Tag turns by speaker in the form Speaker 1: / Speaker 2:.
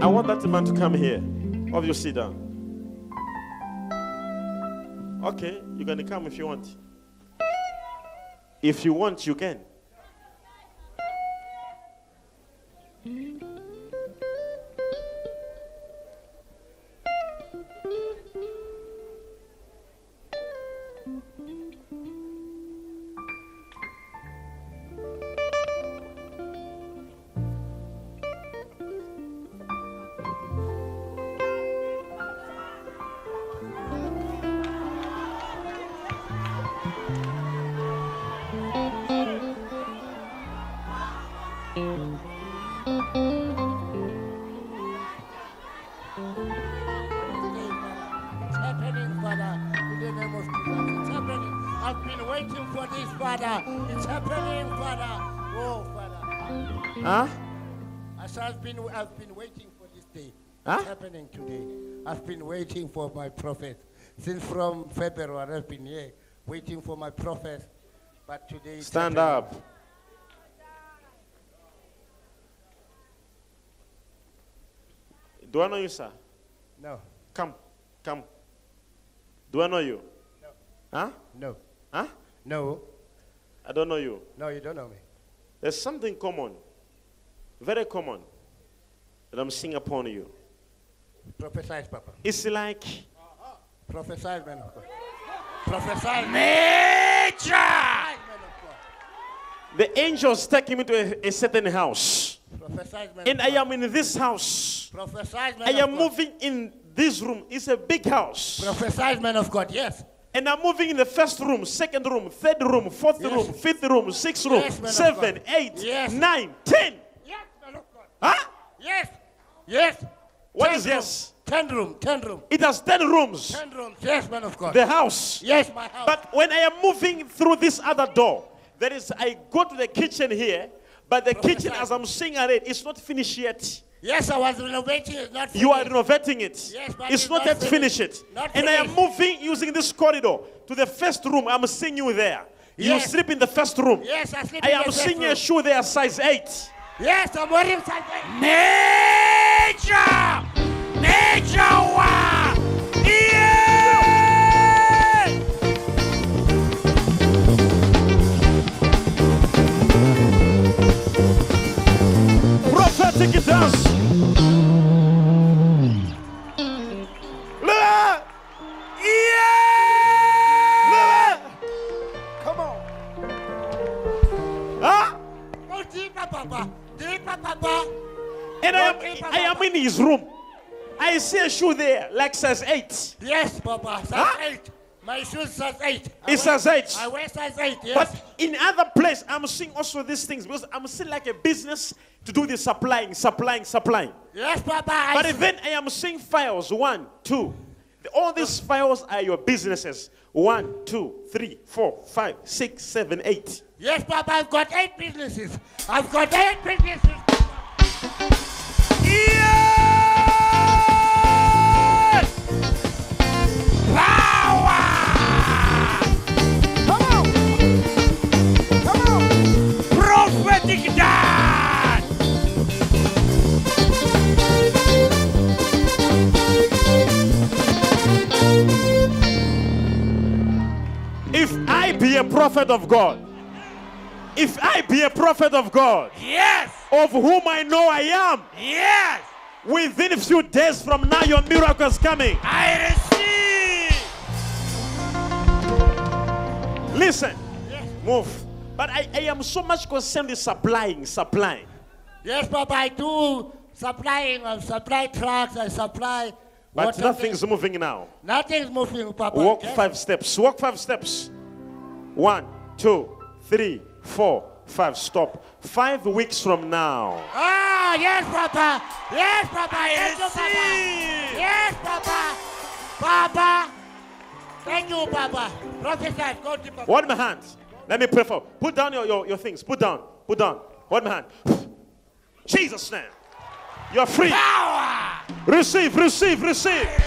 Speaker 1: I want that man to come here. Have you sit down? Okay, you can come if you want. If you want, you can.
Speaker 2: It's happening, Father. In the name of Jesus, it's happening. I've been waiting for this, Father. It's happening, Father. Oh, Father.
Speaker 1: Huh?
Speaker 2: As I've been, I've been waiting for this day.
Speaker 1: Huh?
Speaker 2: It's happening today. I've been waiting for my prophet. Since from February, I've been here waiting for my prophet. But today. it's
Speaker 1: Stand
Speaker 2: happening.
Speaker 1: up. Do I know you, sir?
Speaker 2: No,
Speaker 1: Come, come. Do I know you?
Speaker 2: No.
Speaker 1: Huh?
Speaker 2: no,
Speaker 1: Huh?
Speaker 2: no,
Speaker 1: I don't know you.
Speaker 2: no, you don't know me.
Speaker 1: There's something common, very common, that I'm seeing upon you.
Speaker 2: Prophesy, Papa.
Speaker 1: It's like
Speaker 2: Prophesy, man of God. Prophesy, man
Speaker 1: major.
Speaker 2: of God.
Speaker 1: The angels taking me to a, a certain house,
Speaker 2: Prophesy, man
Speaker 1: and
Speaker 2: of
Speaker 1: I
Speaker 2: God.
Speaker 1: am in this house.
Speaker 2: Prophesied man
Speaker 1: I
Speaker 2: of
Speaker 1: am
Speaker 2: God.
Speaker 1: moving in this room. It's a big house.
Speaker 2: Prophesied man of God, yes.
Speaker 1: And I'm moving in the first room, second room, third room, fourth
Speaker 2: Yes.
Speaker 1: room, fifth room, sixth room,
Speaker 2: Yes, man of
Speaker 1: seven,
Speaker 2: God.
Speaker 1: eight,
Speaker 2: Yes.
Speaker 1: nine, ten.
Speaker 2: Yes, man of God.
Speaker 1: Huh?
Speaker 2: Yes, yes.
Speaker 1: What
Speaker 2: Ten
Speaker 1: is
Speaker 2: room,
Speaker 1: yes?
Speaker 2: Ten room, ten room,
Speaker 1: It has ten rooms.
Speaker 2: ten rooms. Yes, man of God.
Speaker 1: The house.
Speaker 2: yes, my house.
Speaker 1: But when I am moving through this other door, there is I go to the kitchen here, but the
Speaker 2: Prophesy.
Speaker 1: kitchen as I'm seeing at it, it's not finished yet.
Speaker 2: yes, I was renovating. It's not.
Speaker 1: You are
Speaker 2: finished.
Speaker 1: renovating it.
Speaker 2: Yes, but
Speaker 1: it's
Speaker 2: it's
Speaker 1: not
Speaker 2: not
Speaker 1: yet
Speaker 2: finished.
Speaker 1: finished. it.
Speaker 2: Not
Speaker 1: and I am
Speaker 2: finished.
Speaker 1: moving using this corridor to the first room. I'm seeing you there. You
Speaker 2: Yes.
Speaker 1: sleep in the first room.
Speaker 2: Yes, I sleep
Speaker 1: I
Speaker 2: in
Speaker 1: am
Speaker 2: the first
Speaker 1: seeing a
Speaker 2: room.
Speaker 1: shoe there, size eight.
Speaker 2: Yes, I'm wearing something.
Speaker 1: Nature! Nature! wa- Yeah! Prophetic dance! Lula! Yeah! Lula!
Speaker 2: Come on.
Speaker 1: Huh?
Speaker 2: Oh, deeper, Papa. Deeper, Papa.
Speaker 1: And I am, I am in his room. I see a shoe there, like size 8.
Speaker 2: Yes, Papa. Size
Speaker 1: Huh?
Speaker 2: eight. My shoes size eight. I
Speaker 1: It's
Speaker 2: wear-
Speaker 1: size 8.
Speaker 2: I wear size eight. Yes.
Speaker 1: But in other place, I'm seeing also these things because I'm seeing like a business to do the supplying, supplying, supplying.
Speaker 2: yes, Papa. I
Speaker 1: But then I am seeing files one, two. The- All these files are your businesses. One, two, three, four, five, six, seven, eight.
Speaker 2: Yes, Papa, I've got eight businesses. I've got eight businesses.
Speaker 3: prophetic dance.
Speaker 1: If I be a prophet of God, if I be a prophet of God,
Speaker 3: Yes,
Speaker 1: of whom I know I am,
Speaker 3: yes,
Speaker 1: within a few days from now, your miracle is coming.
Speaker 3: I receive.
Speaker 1: Listen, move. But I, I am so much concerned with supplying, supplying.
Speaker 2: Yes, Papa, I do supplying. I supply trucks. I supply.
Speaker 1: But
Speaker 2: water
Speaker 1: nothing's
Speaker 2: things.
Speaker 1: moving now.
Speaker 2: nothing's moving, Papa.
Speaker 1: Walk
Speaker 2: Yes.
Speaker 1: five steps. Walk five steps. One, two, three, four, five. Stop. Five weeks from now.
Speaker 2: Ah, yes, Papa. Yes, Papa. Thank you, Papa.
Speaker 3: receive.
Speaker 2: Yes, Papa. Papa. Thank you, Papa. Prophesy. Go to Papa.
Speaker 1: Hold my hand. Let me pray for. Put down your, your, your things. Put down. Put down. Hold my hand. Jesus' name. You're free. Receive, receive, receive.